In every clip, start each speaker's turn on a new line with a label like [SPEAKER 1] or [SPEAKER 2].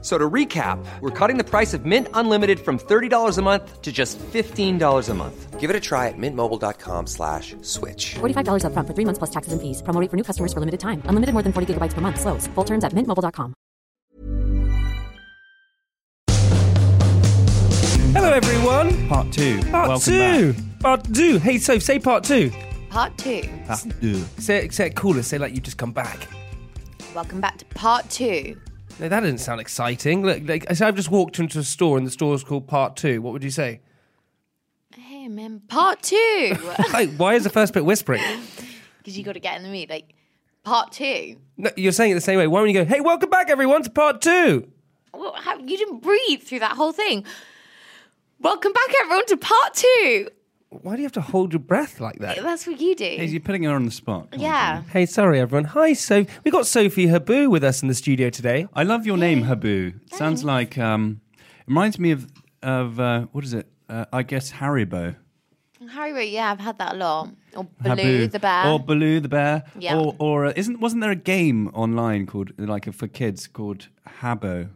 [SPEAKER 1] So to recap, we're cutting the price of Mint Unlimited from $30 a month to just $15 a month. Give it a try at mintmobile.com slash switch.
[SPEAKER 2] $45 upfront for three months plus taxes and fees. Promo rate for new customers for limited time. Unlimited more than 40 gigabytes per month. Slows. Full terms at mintmobile.com.
[SPEAKER 3] Hello, everyone.
[SPEAKER 4] Part two.
[SPEAKER 3] Part
[SPEAKER 4] Welcome
[SPEAKER 3] two. Part two. Hey, so say part two.
[SPEAKER 5] Part two.
[SPEAKER 4] back. Part two.
[SPEAKER 3] Say it, say it cooler. Say like you just come back.
[SPEAKER 5] Welcome back to part two.
[SPEAKER 3] No, that doesn't sound exciting. Look, like, so I've just walked into a store and the store's called Part Two. What would you say?
[SPEAKER 5] Hey, man, part two.
[SPEAKER 3] Hey, why is the first bit whispering?
[SPEAKER 5] Because you got to get in the mood. Like, part two.
[SPEAKER 3] No, you're saying it the same way. Why don't you go, hey, welcome back, everyone, to Part Two?
[SPEAKER 5] Well, how, you didn't breathe through that whole thing. Welcome back, everyone, to part two.
[SPEAKER 3] Why do you have to hold your breath like that?
[SPEAKER 5] That's what you do.
[SPEAKER 4] Is you putting her on the spot? Come on,
[SPEAKER 5] yeah.
[SPEAKER 4] Jamie.
[SPEAKER 3] Hey, sorry, everyone. Hi, so we got Sophie Habu with us in the studio today.
[SPEAKER 4] I love your name, Habu. Sounds like um, it reminds me of of uh, what is it? Uh, I guess Haribo.
[SPEAKER 5] Haribo, yeah, I've had that a lot. Or Baloo
[SPEAKER 4] Habu
[SPEAKER 5] the bear.
[SPEAKER 4] Or Baloo the bear.
[SPEAKER 5] Yeah.
[SPEAKER 4] Or, or uh, isn't wasn't there a game online called like for kids called Habo?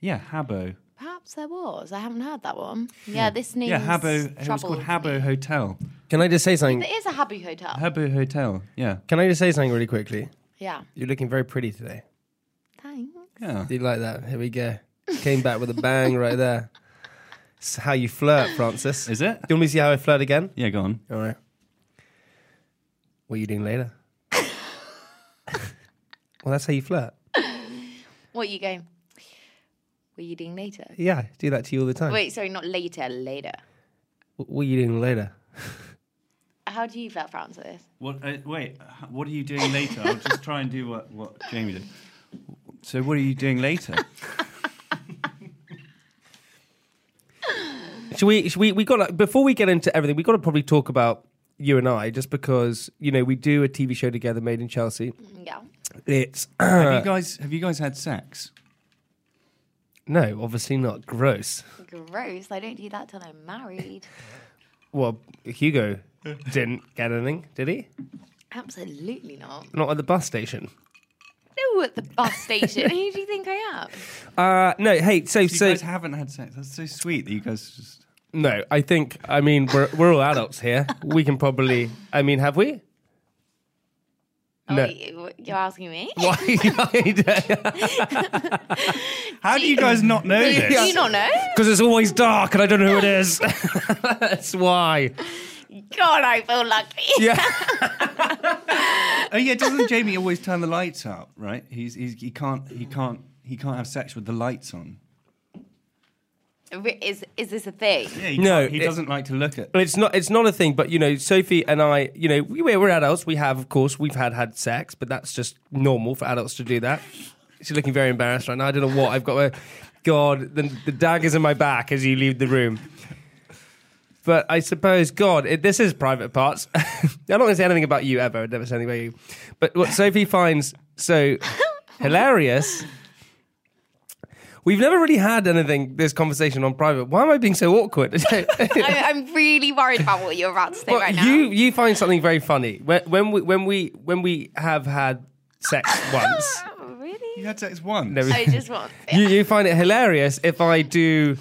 [SPEAKER 4] Yeah, Habo.
[SPEAKER 5] Perhaps there was. I haven't heard that one. Yeah, this needs
[SPEAKER 4] Yeah, Habo. It was
[SPEAKER 5] trouble.
[SPEAKER 4] called Habo Hotel.
[SPEAKER 3] Can I just say something?
[SPEAKER 5] There is a Habu hotel.
[SPEAKER 4] Habo Hotel. Yeah.
[SPEAKER 3] Can I just say something really quickly?
[SPEAKER 5] yeah.
[SPEAKER 3] You're looking very pretty today.
[SPEAKER 5] Thanks.
[SPEAKER 4] Yeah.
[SPEAKER 3] Do you like that? Here we go. Came back with a bang right there. It's how you flirt, Francis.
[SPEAKER 4] Is it?
[SPEAKER 3] Do you want me to see how I flirt again?
[SPEAKER 4] Yeah. Go on.
[SPEAKER 3] All right. What are you doing later? well, that's how you flirt.
[SPEAKER 5] What you going? What are you doing later?
[SPEAKER 3] Yeah, I do that to you all the time.
[SPEAKER 5] Wait, sorry, not later, later.
[SPEAKER 3] Wh- What are you doing later?
[SPEAKER 5] How do you feel, Francis?
[SPEAKER 4] What? Uh, wait. h- What are you doing later? I'll just try and do what what Jamie did. So what are you doing later?
[SPEAKER 3] Should we? Should we? We got like, before we get into everything, we got to probably talk about you and I, just because you know we do a TV show together, Made in Chelsea.
[SPEAKER 5] Mm, Yeah.
[SPEAKER 3] It's
[SPEAKER 4] have you guys have you guys had sex?
[SPEAKER 3] no, obviously not gross.
[SPEAKER 5] Gross. I don't do that till I'm married.
[SPEAKER 3] Well, Hugo didn't get anything, did he?
[SPEAKER 5] Absolutely not.
[SPEAKER 3] Not at the bus station.
[SPEAKER 5] No, at the bus station. Who do you think I am?
[SPEAKER 3] Uh, no, hey, so
[SPEAKER 4] You
[SPEAKER 3] so
[SPEAKER 4] guys haven't had sex. That's so sweet that you guys just.
[SPEAKER 3] no. I think I mean we're we're all adults here. We can probably. I mean, have we?
[SPEAKER 5] Oh,
[SPEAKER 3] No.
[SPEAKER 5] you- You're asking me?
[SPEAKER 3] Why?
[SPEAKER 4] How do you guys not know
[SPEAKER 5] Do
[SPEAKER 4] this?
[SPEAKER 5] you not know?
[SPEAKER 3] Because it's always dark and I don't know who it is. That's why.
[SPEAKER 5] God, I feel lucky.
[SPEAKER 3] Yeah.
[SPEAKER 4] Oh yeah, doesn't Jamie always turn the lights out? Right? He's, he's he can't he can't he can't have sex with the lights on.
[SPEAKER 5] Re- Is is this a thing?
[SPEAKER 4] Yeah, he
[SPEAKER 3] No,
[SPEAKER 4] can't- he
[SPEAKER 3] it-
[SPEAKER 4] doesn't like to look at.
[SPEAKER 3] It's not. It's not a thing. But you know, Sophie and I. You know, we, we're adults. We have, of course, we've had had sex, but that's just normal for adults to do that. She's looking very embarrassed right now. I don't know what I've got. My, God, the, the daggers in my back as you leave the room. But I suppose, God, it, this is private parts. I'm not going to say anything about you ever. I'd never say anything about you. But what Sophie finds so hilarious. We've never really had anything, this conversation on private. Why am I being so awkward?
[SPEAKER 5] I, I'm really worried about what you're about to say
[SPEAKER 3] Well,
[SPEAKER 5] right now.
[SPEAKER 3] you you find something very funny when, when we when we when we have had sex once.
[SPEAKER 5] Oh, really?
[SPEAKER 4] You had sex once.
[SPEAKER 3] No,
[SPEAKER 5] I just want.
[SPEAKER 3] you you find it hilarious if I do.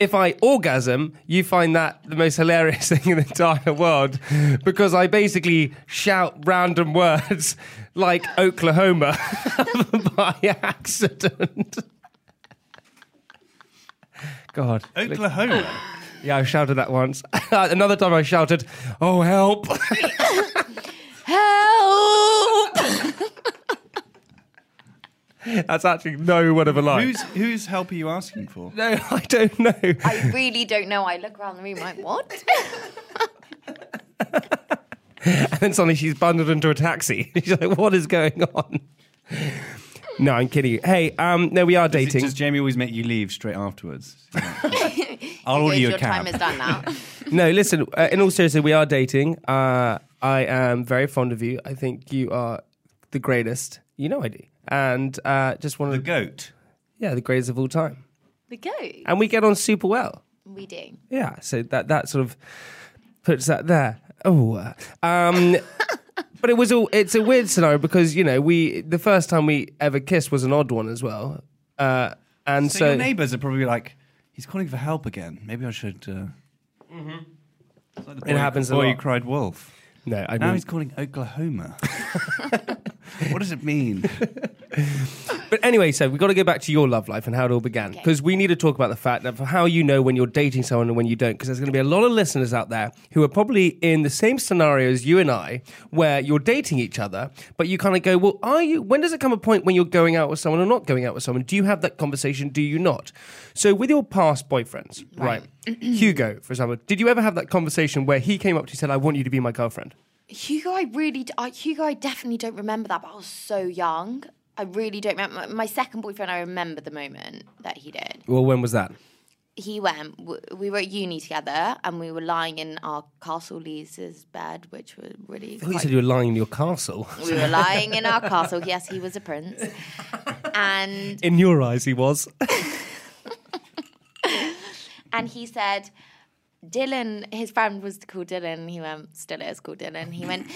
[SPEAKER 3] If I orgasm, you find that the most hilarious thing in the entire world because I basically shout random words like Oklahoma by accident. God.
[SPEAKER 4] Oklahoma.
[SPEAKER 3] Yeah, I shouted that once. Another time I shouted, Oh, help!
[SPEAKER 5] Help!
[SPEAKER 3] That's actually no word of a lie.
[SPEAKER 4] whose whose help are you asking for?
[SPEAKER 3] No, I don't know.
[SPEAKER 5] I really don't know. I look around the room like, what?
[SPEAKER 3] And then suddenly she's bundled into a taxi. She's like, what is going on? No, I'm kidding you. Hey, um, no, we are
[SPEAKER 4] Does-
[SPEAKER 3] dating.
[SPEAKER 4] Does Jamie always make you leave straight afterwards? I'll order
[SPEAKER 5] Because
[SPEAKER 4] you a
[SPEAKER 5] your
[SPEAKER 4] cab.
[SPEAKER 5] time is done now.
[SPEAKER 3] No, listen, uh, in all seriousness, we are dating. Uh, I am very fond of you. I think you are the greatest. You know I do. and uh, just one of
[SPEAKER 4] The
[SPEAKER 3] the,
[SPEAKER 4] goat.
[SPEAKER 3] yeah the greatest of all time.
[SPEAKER 5] We go.
[SPEAKER 3] And we get on super well.
[SPEAKER 5] We do.
[SPEAKER 3] Yeah, so that that sort of puts that there. Oh, uh, um, but it was a it's a weird scenario because you know we the first time we ever kissed was an odd one as well, uh, and
[SPEAKER 4] So,
[SPEAKER 3] so,
[SPEAKER 4] your neighbours are probably like, he's calling for help again. Maybe I should. Uh... It's like the boy-
[SPEAKER 3] happens a
[SPEAKER 4] Boy,
[SPEAKER 3] lot.
[SPEAKER 4] you cried wolf.
[SPEAKER 3] no, I
[SPEAKER 4] Now
[SPEAKER 3] mean,
[SPEAKER 4] he's calling Oklahoma. what does it mean?
[SPEAKER 3] but anyway, so we got to go back to your love life and how it all began because we need to talk about the fact that for how you know when you're dating someone and when you don't because there's going to be a lot of listeners out there who are probably in the same scenario as you and I where you're dating each other but you kind of go well are you when does it come a point when you're going out with someone or not going out with someone do you have that conversation do you not so with your past boyfriends right, Hugo for example did you ever have that conversation where he came up to you and said I want you to be my girlfriend
[SPEAKER 5] Hugo, I really, d- I, Hugo, I definitely don't remember that, but I was so young. I really don't remember. My, my second boyfriend, I remember the moment that he did.
[SPEAKER 3] well when was that
[SPEAKER 5] He went, w- we were at uni together and we were lying in our castle Lisa's bed, which was really.
[SPEAKER 3] you
[SPEAKER 5] quite-
[SPEAKER 3] said you were lying in your castle
[SPEAKER 5] we were lying in our castle. Yes, he was a prince. And
[SPEAKER 3] in your eyes he was
[SPEAKER 5] and he said Dylan, his friend was called Dylan. He went, still is called Dylan. He went,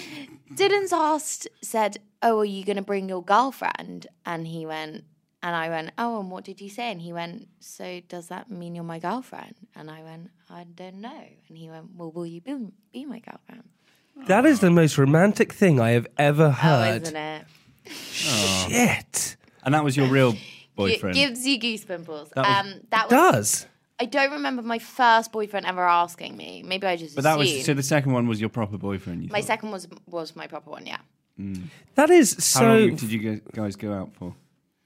[SPEAKER 5] Dylan's asked, said, Oh, are you going to bring your girlfriend? And he went, and I went, Oh, and what did you say? And he went, So does that mean you're my girlfriend? And I went, I don't know. And he went, Well, will you be, be my girlfriend?
[SPEAKER 3] That is the most romantic thing I have ever
[SPEAKER 5] Oh,
[SPEAKER 3] heard.
[SPEAKER 5] isn't it?
[SPEAKER 3] Shit.
[SPEAKER 4] And that was your real
[SPEAKER 5] It
[SPEAKER 4] boyfriend.
[SPEAKER 5] gives you goosebumps.
[SPEAKER 4] was-
[SPEAKER 5] um, that was,
[SPEAKER 3] Does.
[SPEAKER 5] I don't remember my first boyfriend ever asking me. Maybe I just
[SPEAKER 4] but that was
[SPEAKER 5] assumed.
[SPEAKER 4] so. The second one was your proper boyfriend. You
[SPEAKER 5] my
[SPEAKER 4] thought.
[SPEAKER 5] second was was my proper one, yeah.
[SPEAKER 3] That is
[SPEAKER 4] How
[SPEAKER 3] so.
[SPEAKER 4] long did you go- guys go out for?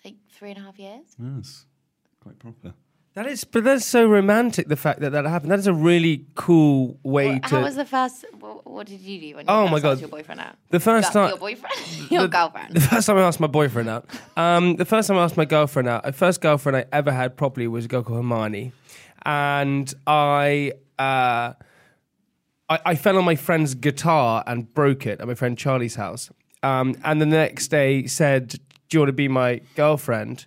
[SPEAKER 5] Like three and a half years.
[SPEAKER 4] Yes, quite proper.
[SPEAKER 3] that is, but that's so romantic. The fact that that happened. That is a really cool way
[SPEAKER 5] Well,
[SPEAKER 3] to.
[SPEAKER 5] How was the first? What, what did you do when you
[SPEAKER 3] Oh
[SPEAKER 5] first
[SPEAKER 3] my God.
[SPEAKER 5] asked your boyfriend out?
[SPEAKER 3] The first
[SPEAKER 5] Your-
[SPEAKER 3] time-
[SPEAKER 5] your boyfriend, your girlfriend.
[SPEAKER 3] The first time I asked my boyfriend out, um, the first time I asked my girlfriend out, the first girlfriend I ever had properly was a girl called Hermione, and I. Uh, I, I fell on my friend's guitar and broke it at my friend Charlie's house. Um, and the next day said, Do you want to be my girlfriend?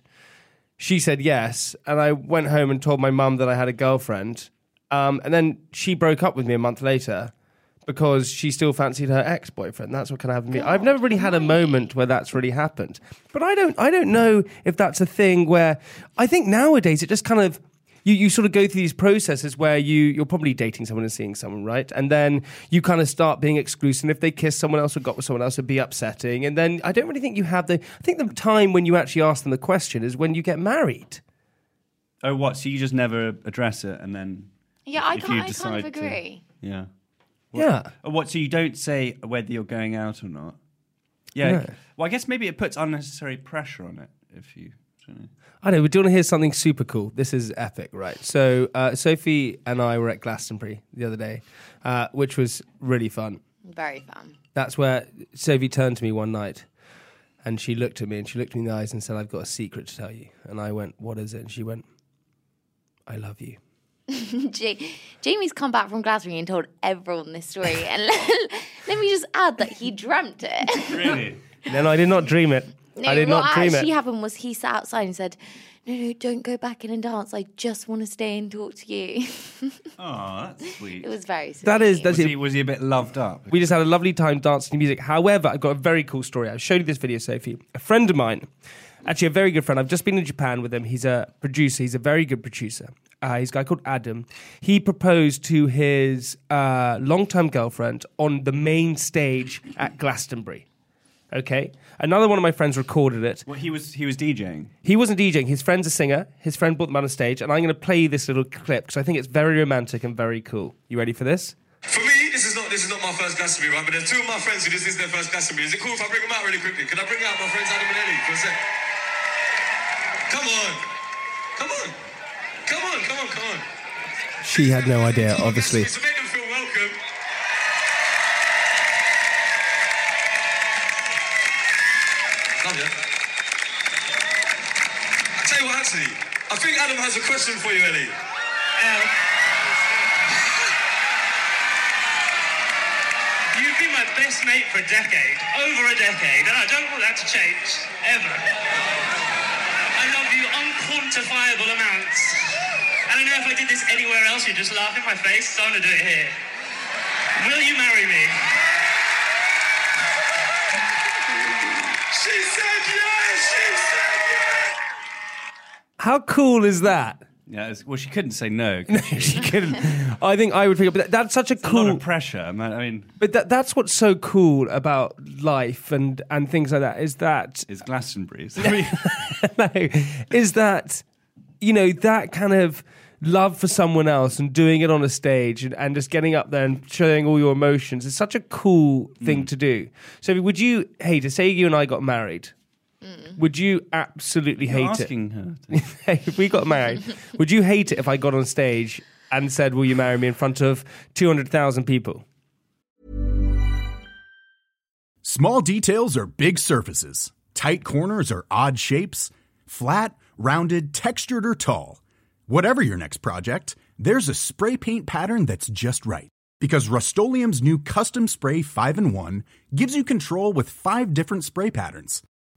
[SPEAKER 3] She said yes. And I went home and told my mum that I had a girlfriend. Um, and then she broke up with me a month later because she still fancied her ex boyfriend. That's what kind of happened to me. I've never really had a moment where that's really happened. But I don't I don't know if that's a thing where I think nowadays it just kind of you, you sort of go through these processes where you you're probably dating someone and seeing someone, right? And then you kind of start being exclusive. And if they kiss someone else or got with someone else, it'd be upsetting. And then I don't really think you have the. I think the time when you actually ask them the question is when you get married.
[SPEAKER 4] Oh, what? So you just never address it, and then
[SPEAKER 5] yeah, I
[SPEAKER 4] if
[SPEAKER 5] can't.
[SPEAKER 4] you
[SPEAKER 5] I kind
[SPEAKER 4] decide
[SPEAKER 5] of
[SPEAKER 4] to-
[SPEAKER 5] agree.
[SPEAKER 4] yeah.
[SPEAKER 3] Yeah,
[SPEAKER 4] Oh, what? So you don't say whether you're going out or not? Yeah.
[SPEAKER 3] No.
[SPEAKER 4] Well, I guess maybe it puts unnecessary pressure on it if you. I don't know.
[SPEAKER 3] I know. But do you want to hear something super cool? This is epic, right? So uh, Sophie and I were at Glastonbury the other day, uh, which was really fun.
[SPEAKER 5] Very fun.
[SPEAKER 3] That's where Sophie turned to me one night and she looked at me and she looked me in the eyes and said, I've got a secret to tell you. And I went, What is it? And she went, I love you.
[SPEAKER 5] Ja- Jamie's come back from Glasgow and told everyone this story, and let, let me just add that he dreamt it.
[SPEAKER 4] Really?
[SPEAKER 3] No, no, I did not dream it. I did
[SPEAKER 5] what
[SPEAKER 3] not dream it.
[SPEAKER 5] actually happened was he sat outside and said, "No, no, don't go back in and dance. I just want to stay and talk to you."
[SPEAKER 4] oh, that's sweet.
[SPEAKER 5] it was very sweet.
[SPEAKER 3] that is, that's
[SPEAKER 4] Was
[SPEAKER 3] it.
[SPEAKER 4] he, was he a bit loved up?
[SPEAKER 3] We just had a lovely time dancing to music. However, I've got a very cool story. I showed you this video, Sophie. A friend of mine, actually a very good friend. I've just been in Japan with him. He's a producer. He's a very good producer. Uh, he's a guy called Adam. He proposed to his uh, long-time girlfriend on the main stage at Glastonbury. Okay. Another one of my friends recorded it.
[SPEAKER 4] Well, he was he was DJing.
[SPEAKER 3] He wasn't DJing. His friend's a singer. His friend brought them on stage, and I'm going to play this little clip because I think it's very romantic and very cool. You ready for this?
[SPEAKER 6] For me, this is not this is not my first Glastonbury run, but there's two of my friends who this is their first Glastonbury. Is it cool if I bring them out really quickly? Can I bring out my friends Adam and Ellie for a sec? Come on. Come on. Come on, come on, come on.
[SPEAKER 3] She had no idea, obviously.
[SPEAKER 6] So make them feel welcome. Love ya. I tell you what, actually, I think Adam has a question for you, Ellie.
[SPEAKER 7] You'd be my
[SPEAKER 6] best mate for a decade, over a decade, and I don't want that to change ever. I love you unquantifiable amounts. I don't know if I did this anywhere else, you'd just laugh in my face, so I'm gonna do it here. Will you marry me? She said yes! She said yes!
[SPEAKER 3] How cool is that?
[SPEAKER 4] Yeah, it's- well, she couldn't say no. Could she?
[SPEAKER 3] She couldn't. I think I would pick up. But that- that's such a
[SPEAKER 4] A
[SPEAKER 3] cool.
[SPEAKER 4] lot of pressure. I mean- I mean,
[SPEAKER 3] but that, that's what's so cool about life and and things like that is that
[SPEAKER 4] it's Glastonbury's.
[SPEAKER 3] no, is that you know that kind of love for someone else and doing it on a stage and, and just getting up there and showing all your emotions is such a cool
[SPEAKER 4] Mm.
[SPEAKER 3] thing to do. So would you hate it? Say you and I got married. Would you absolutely hate
[SPEAKER 4] asking her. to-
[SPEAKER 3] it? if we got married, would you hate it if I got on stage and said, "Will you marry me?" in front of two hundred thousand people?
[SPEAKER 7] Small details are big surfaces. Tight corners are odd shapes. Flat, rounded, textured, or tall. Whatever your next project, there's a spray paint pattern that's just right. Because Rust new Custom Spray 5 in 1 gives you control with five different spray patterns.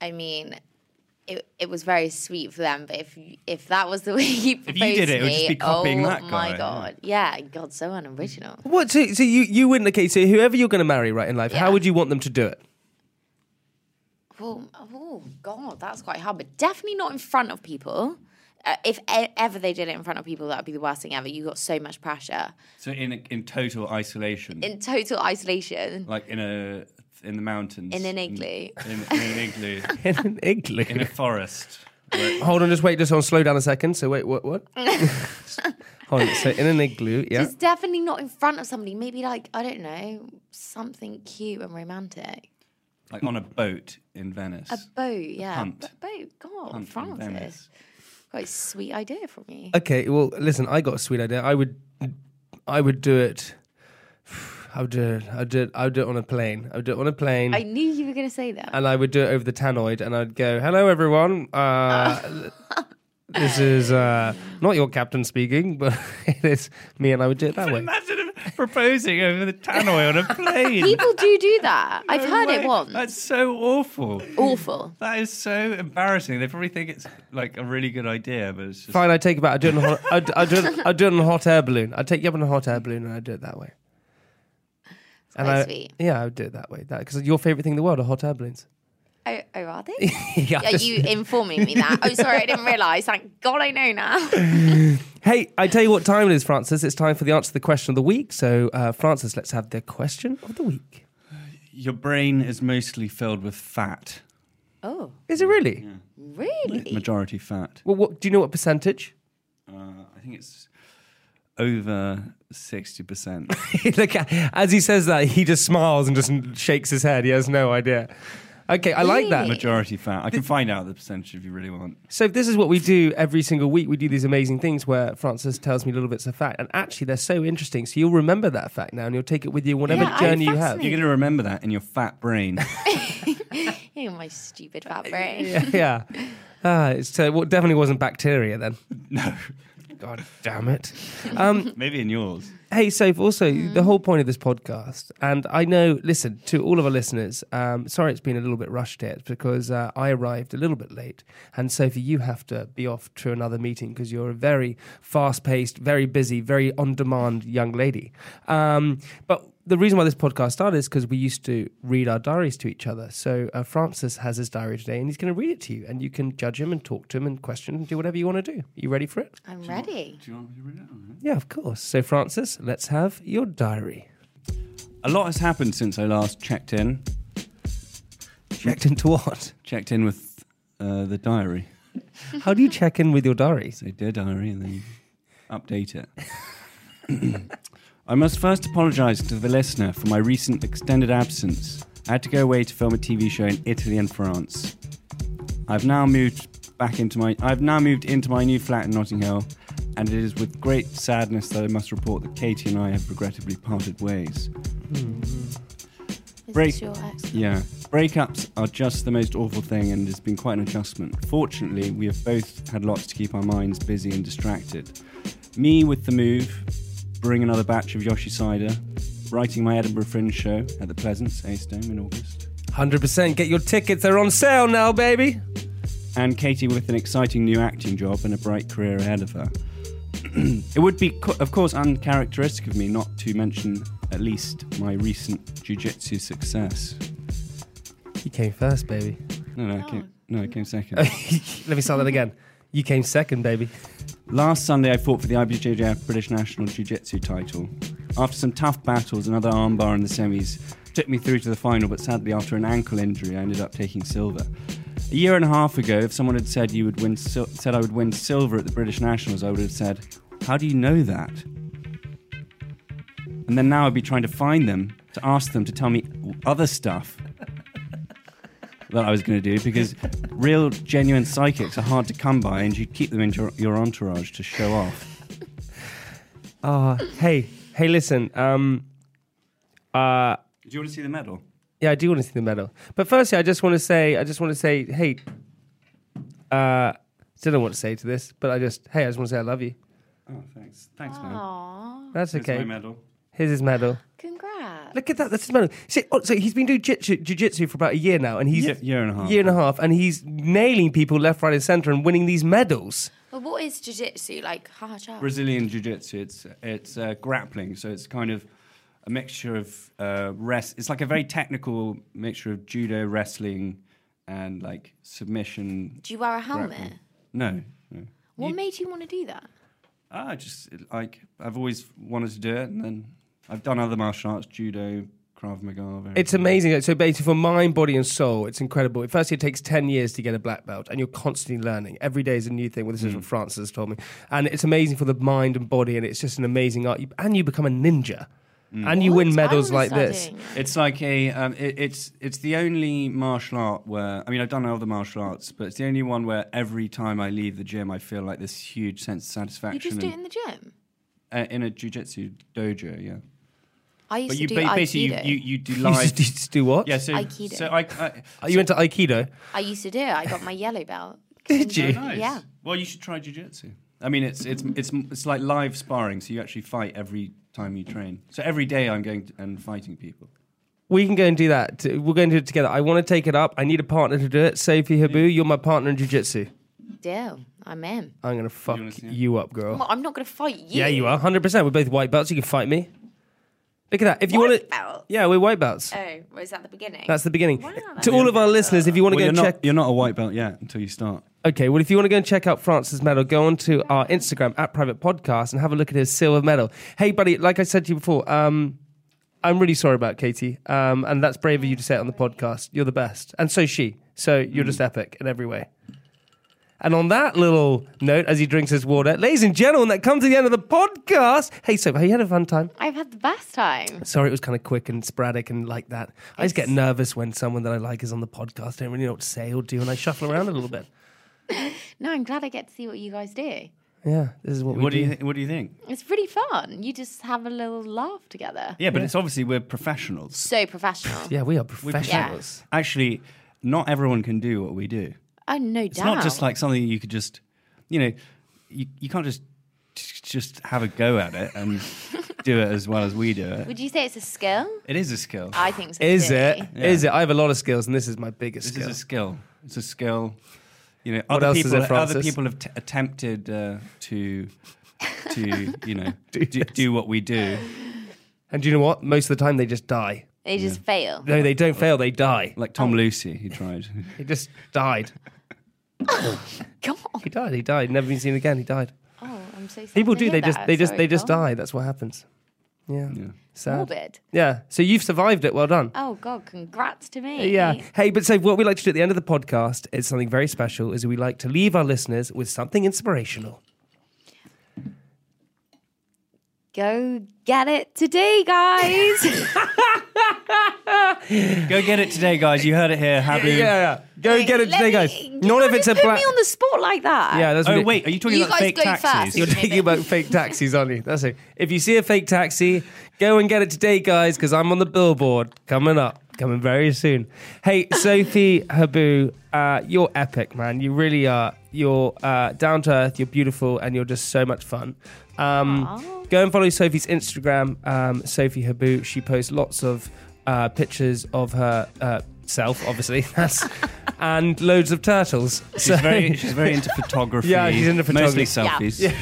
[SPEAKER 5] I mean, it, it was very sweet for them, but if you- if that was the way he proposed
[SPEAKER 4] did it, it
[SPEAKER 5] to
[SPEAKER 4] would just
[SPEAKER 5] me,
[SPEAKER 4] be copying
[SPEAKER 5] oh
[SPEAKER 4] that guy,
[SPEAKER 5] my
[SPEAKER 4] yeah.
[SPEAKER 5] god, yeah, God, so unoriginal.
[SPEAKER 3] What? So, so you you wouldn't? Okay, so whoever you're going to marry, right in life, how
[SPEAKER 5] Yeah.
[SPEAKER 3] would you want them to do it?
[SPEAKER 5] Well, oh god, that's quite hard, but definitely not in front of people. Uh, if e- ever they did it in front of people, that would be the worst thing ever. You got so much pressure
[SPEAKER 4] So in a, in total isolation,
[SPEAKER 5] in total isolation
[SPEAKER 4] like in a in the mountains,
[SPEAKER 5] in an igloo.
[SPEAKER 4] in, in an igloo,
[SPEAKER 3] in an igloo.
[SPEAKER 4] in a forest.
[SPEAKER 3] Hold on, just wait, just on, slow down a second. So wait, what? What? Hold on, so in an igloo, yeah.
[SPEAKER 5] It's definitely not in front of somebody. Maybe like I don't know something cute and romantic.
[SPEAKER 4] like on a boat in Venice.
[SPEAKER 5] A boat, yeah.
[SPEAKER 4] Punt.
[SPEAKER 5] But boat, God,
[SPEAKER 4] Punt in Venice.
[SPEAKER 5] Francis. Quite a sweet idea from you.
[SPEAKER 3] Okay, well, listen, I got a sweet idea. I would, I would do it. I would do it. I would do it. I would do it on a plane. I would do it on a plane.
[SPEAKER 5] I knew you were going to say that.
[SPEAKER 3] and I would do it over the tannoid, and I'd go, "Hello, everyone. Uh, this is uh, not your captain speaking, but it is me." And I would do it that way.
[SPEAKER 4] Imagine him proposing over the tannoy on a plane.
[SPEAKER 5] People do do that. I've
[SPEAKER 4] No
[SPEAKER 5] heard
[SPEAKER 4] way.
[SPEAKER 5] it once.
[SPEAKER 4] That's so awful.
[SPEAKER 5] Awful.
[SPEAKER 4] That is so embarrassing. They probably think it's like a really good idea, but it's just
[SPEAKER 3] Fine, I take about. I do it. In a hot, I I do it. I do it in a hot air balloon. I take you up in a hot air balloon, and I do it that way.
[SPEAKER 5] It's quite
[SPEAKER 3] I-
[SPEAKER 5] sweet.
[SPEAKER 3] Yeah, I would do it that way. That because your favorite thing in the world are hot air balloons.
[SPEAKER 5] Oh, oh, are they?
[SPEAKER 3] yeah.
[SPEAKER 5] Are
[SPEAKER 3] just-
[SPEAKER 5] you informing me that? Oh, sorry, I didn't realise. Thank God I know now.
[SPEAKER 3] hey, I tell you what time it is, Francis. It's time for the answer to the question of the week. So, uh, Francis, let's have the question of the week.
[SPEAKER 4] your brain is mostly filled with fat,
[SPEAKER 5] Oh,
[SPEAKER 3] Is it really?
[SPEAKER 5] really?
[SPEAKER 4] majority fat.
[SPEAKER 3] Well, what do you know? What percentage?
[SPEAKER 4] Uh, I think it's over sixty percent.
[SPEAKER 3] Look, as he says that, he just smiles and just shakes his head. He has no idea. Okay, I like that.
[SPEAKER 4] majority fat. I can find out the percentage if you really want.
[SPEAKER 3] So this is what we do every single week. We do these amazing things where Francis tells me little bits of fact, and actually they're so interesting. So you'll remember that fact now, and you'll take it with you on whatever
[SPEAKER 5] Yeah, I'm
[SPEAKER 3] journey you have.
[SPEAKER 5] fascinated.
[SPEAKER 4] You're going to remember that in your fat brain.
[SPEAKER 5] Oh, my stupid fat brain.
[SPEAKER 3] yeah, Ah, it's uh, well, it definitely wasn't bacteria then. No. God damn it.
[SPEAKER 4] Maybe in yours.
[SPEAKER 3] Hey, Soph, also, the whole point of this podcast, and I know, listen, to all of our listeners, um, sorry it's been a little bit rushed here it's because uh, I arrived a little bit late. And Sophie, you have to be off to another meeting because you're a very fast paced, very busy, very on demand young lady. Um, but the reason why this podcast started is because we used to read our diaries to each other. So uh, Francis has his diary today and he's going to read it to you, and you can judge him and talk to him and question him and do whatever you want to do. You ready for it?
[SPEAKER 5] I'm ready.
[SPEAKER 4] Do you want me to read it?
[SPEAKER 3] Yeah, of course. So, Francis, let's have your diary.
[SPEAKER 4] A lot has happened since I last checked in.
[SPEAKER 3] Checked into what?
[SPEAKER 4] Checked in with uh, the diary.
[SPEAKER 3] How do you check in with your diaries?
[SPEAKER 4] So dear diary, and then you update it. I must first apologise to the listener for my recent extended absence. I had to go away to film a TV show in Italy and France. I've now moved back into my I've now moved into my new flat in Notting Hill, and it is with great sadness that I must report that Katie and I have regrettably parted ways.
[SPEAKER 5] Is
[SPEAKER 4] Break-
[SPEAKER 5] this your ex?
[SPEAKER 4] Yeah. Breakups are just the most awful thing, and it's been quite an adjustment. Fortunately, we have both had lots to keep our minds busy and distracted. Me with the move, brewing another batch of Yoshi cider, writing my Edinburgh Fringe show at the Pleasance, Ace Dome in August,
[SPEAKER 3] 100%. Get your tickets. They're on sale now, baby.
[SPEAKER 4] and Katie with an exciting new acting job and a bright career ahead of her. it would be, co- of course, uncharacteristic of me not to mention at least my recent jiu-jitsu success.
[SPEAKER 3] You came first, baby.
[SPEAKER 4] No, no, I came, no, I came second.
[SPEAKER 3] Let me start that again. You came second, baby.
[SPEAKER 4] Last Sunday, I fought for the IBJJF British National Jiu Jitsu title. After some tough battles, another armbar in the semis took me through to the final, but sadly, after an ankle injury, I ended up taking silver. A year and a half ago, if someone had said you would win, sil- said I would win silver at the British Nationals, I would have said, "How do you know that?" And then now I'd be trying to find them to ask them to tell me other stuff that I was going to do because real, genuine psychics are hard to come by, and you keep them in your, your entourage to show off.
[SPEAKER 3] Oh, hey, hey, listen. Um, uh,
[SPEAKER 4] Do you want to see the medal?
[SPEAKER 3] yeah, I do want to see the medal. But firstly, I just want to say, I just want to say, hey, uh, still don't know what to say to this, but I just, hey, I just want to say I love you.
[SPEAKER 4] Oh, thanks. Thanks, man.
[SPEAKER 5] Aw,
[SPEAKER 3] That's
[SPEAKER 4] Here's
[SPEAKER 3] okay.
[SPEAKER 4] my medal.
[SPEAKER 3] Here's his medal.
[SPEAKER 5] congrats.
[SPEAKER 3] Look at that. That's his medal. See, oh, so he's been doing jiu jitsu for about a year now, and he's
[SPEAKER 4] Ye- year and a half.
[SPEAKER 3] year and a half, and he's nailing people left, right, and centre, and winning these medals.
[SPEAKER 5] But what is jiu-jitsu like? Hard up.
[SPEAKER 4] Brazilian jiu-jitsu. It's it's uh, grappling, so it's kind of a mixture of uh, rest. It's like a very technical mixture of judo, wrestling, and like submission.
[SPEAKER 5] Do you wear a helmet?
[SPEAKER 4] grappling. No, no.
[SPEAKER 5] What made you want to do that?
[SPEAKER 4] Ah, just it- like I've always wanted to do it, and then I've done other martial arts, judo, Krav Maga. various-
[SPEAKER 3] It's amazing. So basically, for mind, body, and soul, it's incredible. Firstly, it takes ten years to get a black belt, and you're constantly learning. Every day is a new thing. Well, this is what
[SPEAKER 4] Hmm.
[SPEAKER 3] Francis has told me, and it's amazing for the mind and body, and it's just an amazing art. You- And you become a ninja,
[SPEAKER 4] Hmm.
[SPEAKER 3] and you win
[SPEAKER 5] What? I
[SPEAKER 3] medals
[SPEAKER 5] wanna
[SPEAKER 3] like
[SPEAKER 5] start
[SPEAKER 3] this.
[SPEAKER 5] doing it.
[SPEAKER 4] It's like a um, it, it's it's the only martial art where I mean I've done other martial arts, but it's the only one where every time I leave the gym I feel like this huge sense of satisfaction.
[SPEAKER 5] You just do it in
[SPEAKER 4] and-
[SPEAKER 5] the gym.
[SPEAKER 4] uh, in a jujitsu dojo, yeah.
[SPEAKER 5] I used
[SPEAKER 4] But
[SPEAKER 5] to
[SPEAKER 4] you
[SPEAKER 5] do
[SPEAKER 4] ba-
[SPEAKER 5] aikido.
[SPEAKER 4] basically you, you, you do
[SPEAKER 3] You
[SPEAKER 4] live.
[SPEAKER 3] used to do what?
[SPEAKER 4] yeah, so
[SPEAKER 5] Aikido.
[SPEAKER 4] so I, I
[SPEAKER 3] Are you into aikido?
[SPEAKER 5] I used to do. it. I got my yellow belt.
[SPEAKER 3] Did you?
[SPEAKER 4] nice.
[SPEAKER 5] Yeah.
[SPEAKER 4] Well, you should try jujitsu. I mean, it's it's it's it's like live sparring, so you actually fight every time you train. So every day I'm going to, and fighting people.
[SPEAKER 3] We can go and do that. T- We're going to do it together. I want to take it up. I need a partner to do it. Sophie Habu, you're my partner in jiu-jitsu.
[SPEAKER 5] Deal. I'm in.
[SPEAKER 3] I'm going to fuck
[SPEAKER 4] wanna see it?
[SPEAKER 3] you up, girl.
[SPEAKER 5] Well, I'm not going to fight you.
[SPEAKER 3] Uh, Yeah, you are. 100%. We're both white belts. You can fight me. Look at that. If you want
[SPEAKER 5] White
[SPEAKER 3] to
[SPEAKER 5] belt?
[SPEAKER 3] Yeah, we're white belts.
[SPEAKER 5] Oh, was that the beginning?
[SPEAKER 3] That's the beginning.
[SPEAKER 5] Wow, that's
[SPEAKER 3] to all of our listeners, if you want to
[SPEAKER 4] Well,
[SPEAKER 3] go
[SPEAKER 4] you're
[SPEAKER 3] and
[SPEAKER 4] not
[SPEAKER 3] check
[SPEAKER 4] you're not a white belt yet until you start.
[SPEAKER 3] Okay, well, if you want to go and check out Francis' medal, go on to our Instagram at Private Podcast and have a look at his silver medal. Hey, buddy, like I said to you before, um, I'm really sorry about Katie, um, and that's brave of you to say it on the podcast. You're the best, and so is she. So you're just
[SPEAKER 4] Mm.
[SPEAKER 3] epic in every way. And on that little note, as he drinks his water, ladies and gentlemen, that comes to the end of the podcast. Hey, so have you had a fun time?
[SPEAKER 5] I've had the best time.
[SPEAKER 3] Sorry, it was kind of quick and sporadic and like that. I just get nervous when someone that I like is on the podcast. I don't really know what to say or do, and I shuffle around a little bit.
[SPEAKER 5] No, I'm glad I get to see what you guys do.
[SPEAKER 3] Yeah, this is what we
[SPEAKER 4] What do you th- what do you think?
[SPEAKER 5] It's really fun. You just have a little laugh together.
[SPEAKER 4] Yeah, but it's obviously we're professionals.
[SPEAKER 5] So professional.
[SPEAKER 3] Yeah, we are
[SPEAKER 5] Yeah.
[SPEAKER 3] professionals.
[SPEAKER 4] Actually, not everyone can do what we do.
[SPEAKER 5] Oh, no
[SPEAKER 4] It's
[SPEAKER 5] doubt.
[SPEAKER 4] not just like something you could just, you know, you, you can't just just have a go at it and do it as well as we do it.
[SPEAKER 5] Would you say it's a skill?
[SPEAKER 4] It is a skill.
[SPEAKER 5] I think so.
[SPEAKER 3] Is
[SPEAKER 5] too.
[SPEAKER 3] it? Is it? I have a lot of skills, and this is my biggest
[SPEAKER 4] this
[SPEAKER 3] skill.
[SPEAKER 4] is a skill. It's a skill. You know,
[SPEAKER 3] What
[SPEAKER 4] other
[SPEAKER 3] else is
[SPEAKER 4] people
[SPEAKER 3] it,
[SPEAKER 4] other
[SPEAKER 3] Francis?
[SPEAKER 4] people have t- attempted uh, to to you know do, do, what we do.
[SPEAKER 3] and do you know what? Most of the time, they just die.
[SPEAKER 5] They just fail.
[SPEAKER 3] No, they don't fail. They die.
[SPEAKER 4] Like Tom
[SPEAKER 5] Oh.
[SPEAKER 4] Lucy, he tried.
[SPEAKER 3] He just died.
[SPEAKER 5] God.
[SPEAKER 3] He died. He died. Never been seen again. He died.
[SPEAKER 5] Oh, I'm so sorry.
[SPEAKER 3] People
[SPEAKER 5] to
[SPEAKER 3] do.
[SPEAKER 5] hear
[SPEAKER 3] They just.
[SPEAKER 5] that.
[SPEAKER 3] They just.
[SPEAKER 5] Sorry,
[SPEAKER 3] They just
[SPEAKER 5] Paul.
[SPEAKER 3] die. That's what happens. Yeah. Yeah. Sad.
[SPEAKER 5] Morbid.
[SPEAKER 3] Yeah. So you've survived it. Well done.
[SPEAKER 5] Oh God, congrats to me.
[SPEAKER 3] Yeah. Hey, but so what we like to do at the end of the podcast is something very special. Is we like to leave our listeners with something inspirational.
[SPEAKER 5] Go get it today, guys.
[SPEAKER 4] Go get it today, guys. You heard it here. Oh, Habu.
[SPEAKER 3] yeah. Go get it
[SPEAKER 5] Let
[SPEAKER 3] today,
[SPEAKER 5] me-
[SPEAKER 3] guys.
[SPEAKER 5] you
[SPEAKER 3] Not if
[SPEAKER 5] can't
[SPEAKER 3] it's a
[SPEAKER 5] put
[SPEAKER 3] black.
[SPEAKER 5] me on the spot like that.
[SPEAKER 3] yeah. That's
[SPEAKER 4] Oh
[SPEAKER 3] what it-
[SPEAKER 4] wait, are you talking
[SPEAKER 5] You
[SPEAKER 4] about
[SPEAKER 5] guys
[SPEAKER 4] fake
[SPEAKER 5] go
[SPEAKER 4] taxis?
[SPEAKER 5] first.
[SPEAKER 3] You're thinking about fake taxis, aren't you? That's it. If you see a fake taxi, go and get it today, guys, because I'm on the billboard coming up, coming very soon. Hey, Sophie Habu, uh, you're epic, man. You really are. You're uh, down to earth, you're beautiful, and you're just so much fun. Um, go and follow Sophie's Instagram, um, Sophie Habu. She posts lots of uh, pictures of her. Uh, Self, obviously, that's and loads of turtles.
[SPEAKER 4] She's very, she's very into photography.
[SPEAKER 3] Yeah, she's into
[SPEAKER 4] Mostly
[SPEAKER 5] photography.
[SPEAKER 4] selfies.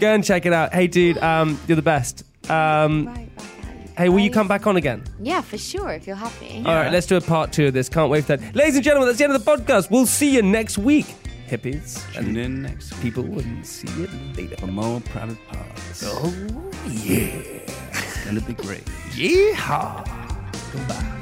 [SPEAKER 3] Go and check it out. Hey, dude, um, you're the best. Um,
[SPEAKER 5] Right back at
[SPEAKER 3] Hey, will you
[SPEAKER 5] guys.
[SPEAKER 3] come back on again?
[SPEAKER 5] Yeah, for sure. If you're happy.
[SPEAKER 3] All right, let's do a part two of this. Can't wait for that. Ladies and gentlemen, that's the end of the podcast. We'll see you next week, hippies.
[SPEAKER 4] Tune in next week
[SPEAKER 3] People wouldn't see you later.
[SPEAKER 4] for more private parts.
[SPEAKER 3] Oh, yeah.
[SPEAKER 4] It's gonna be great.
[SPEAKER 3] Yeehaw. Goodbye.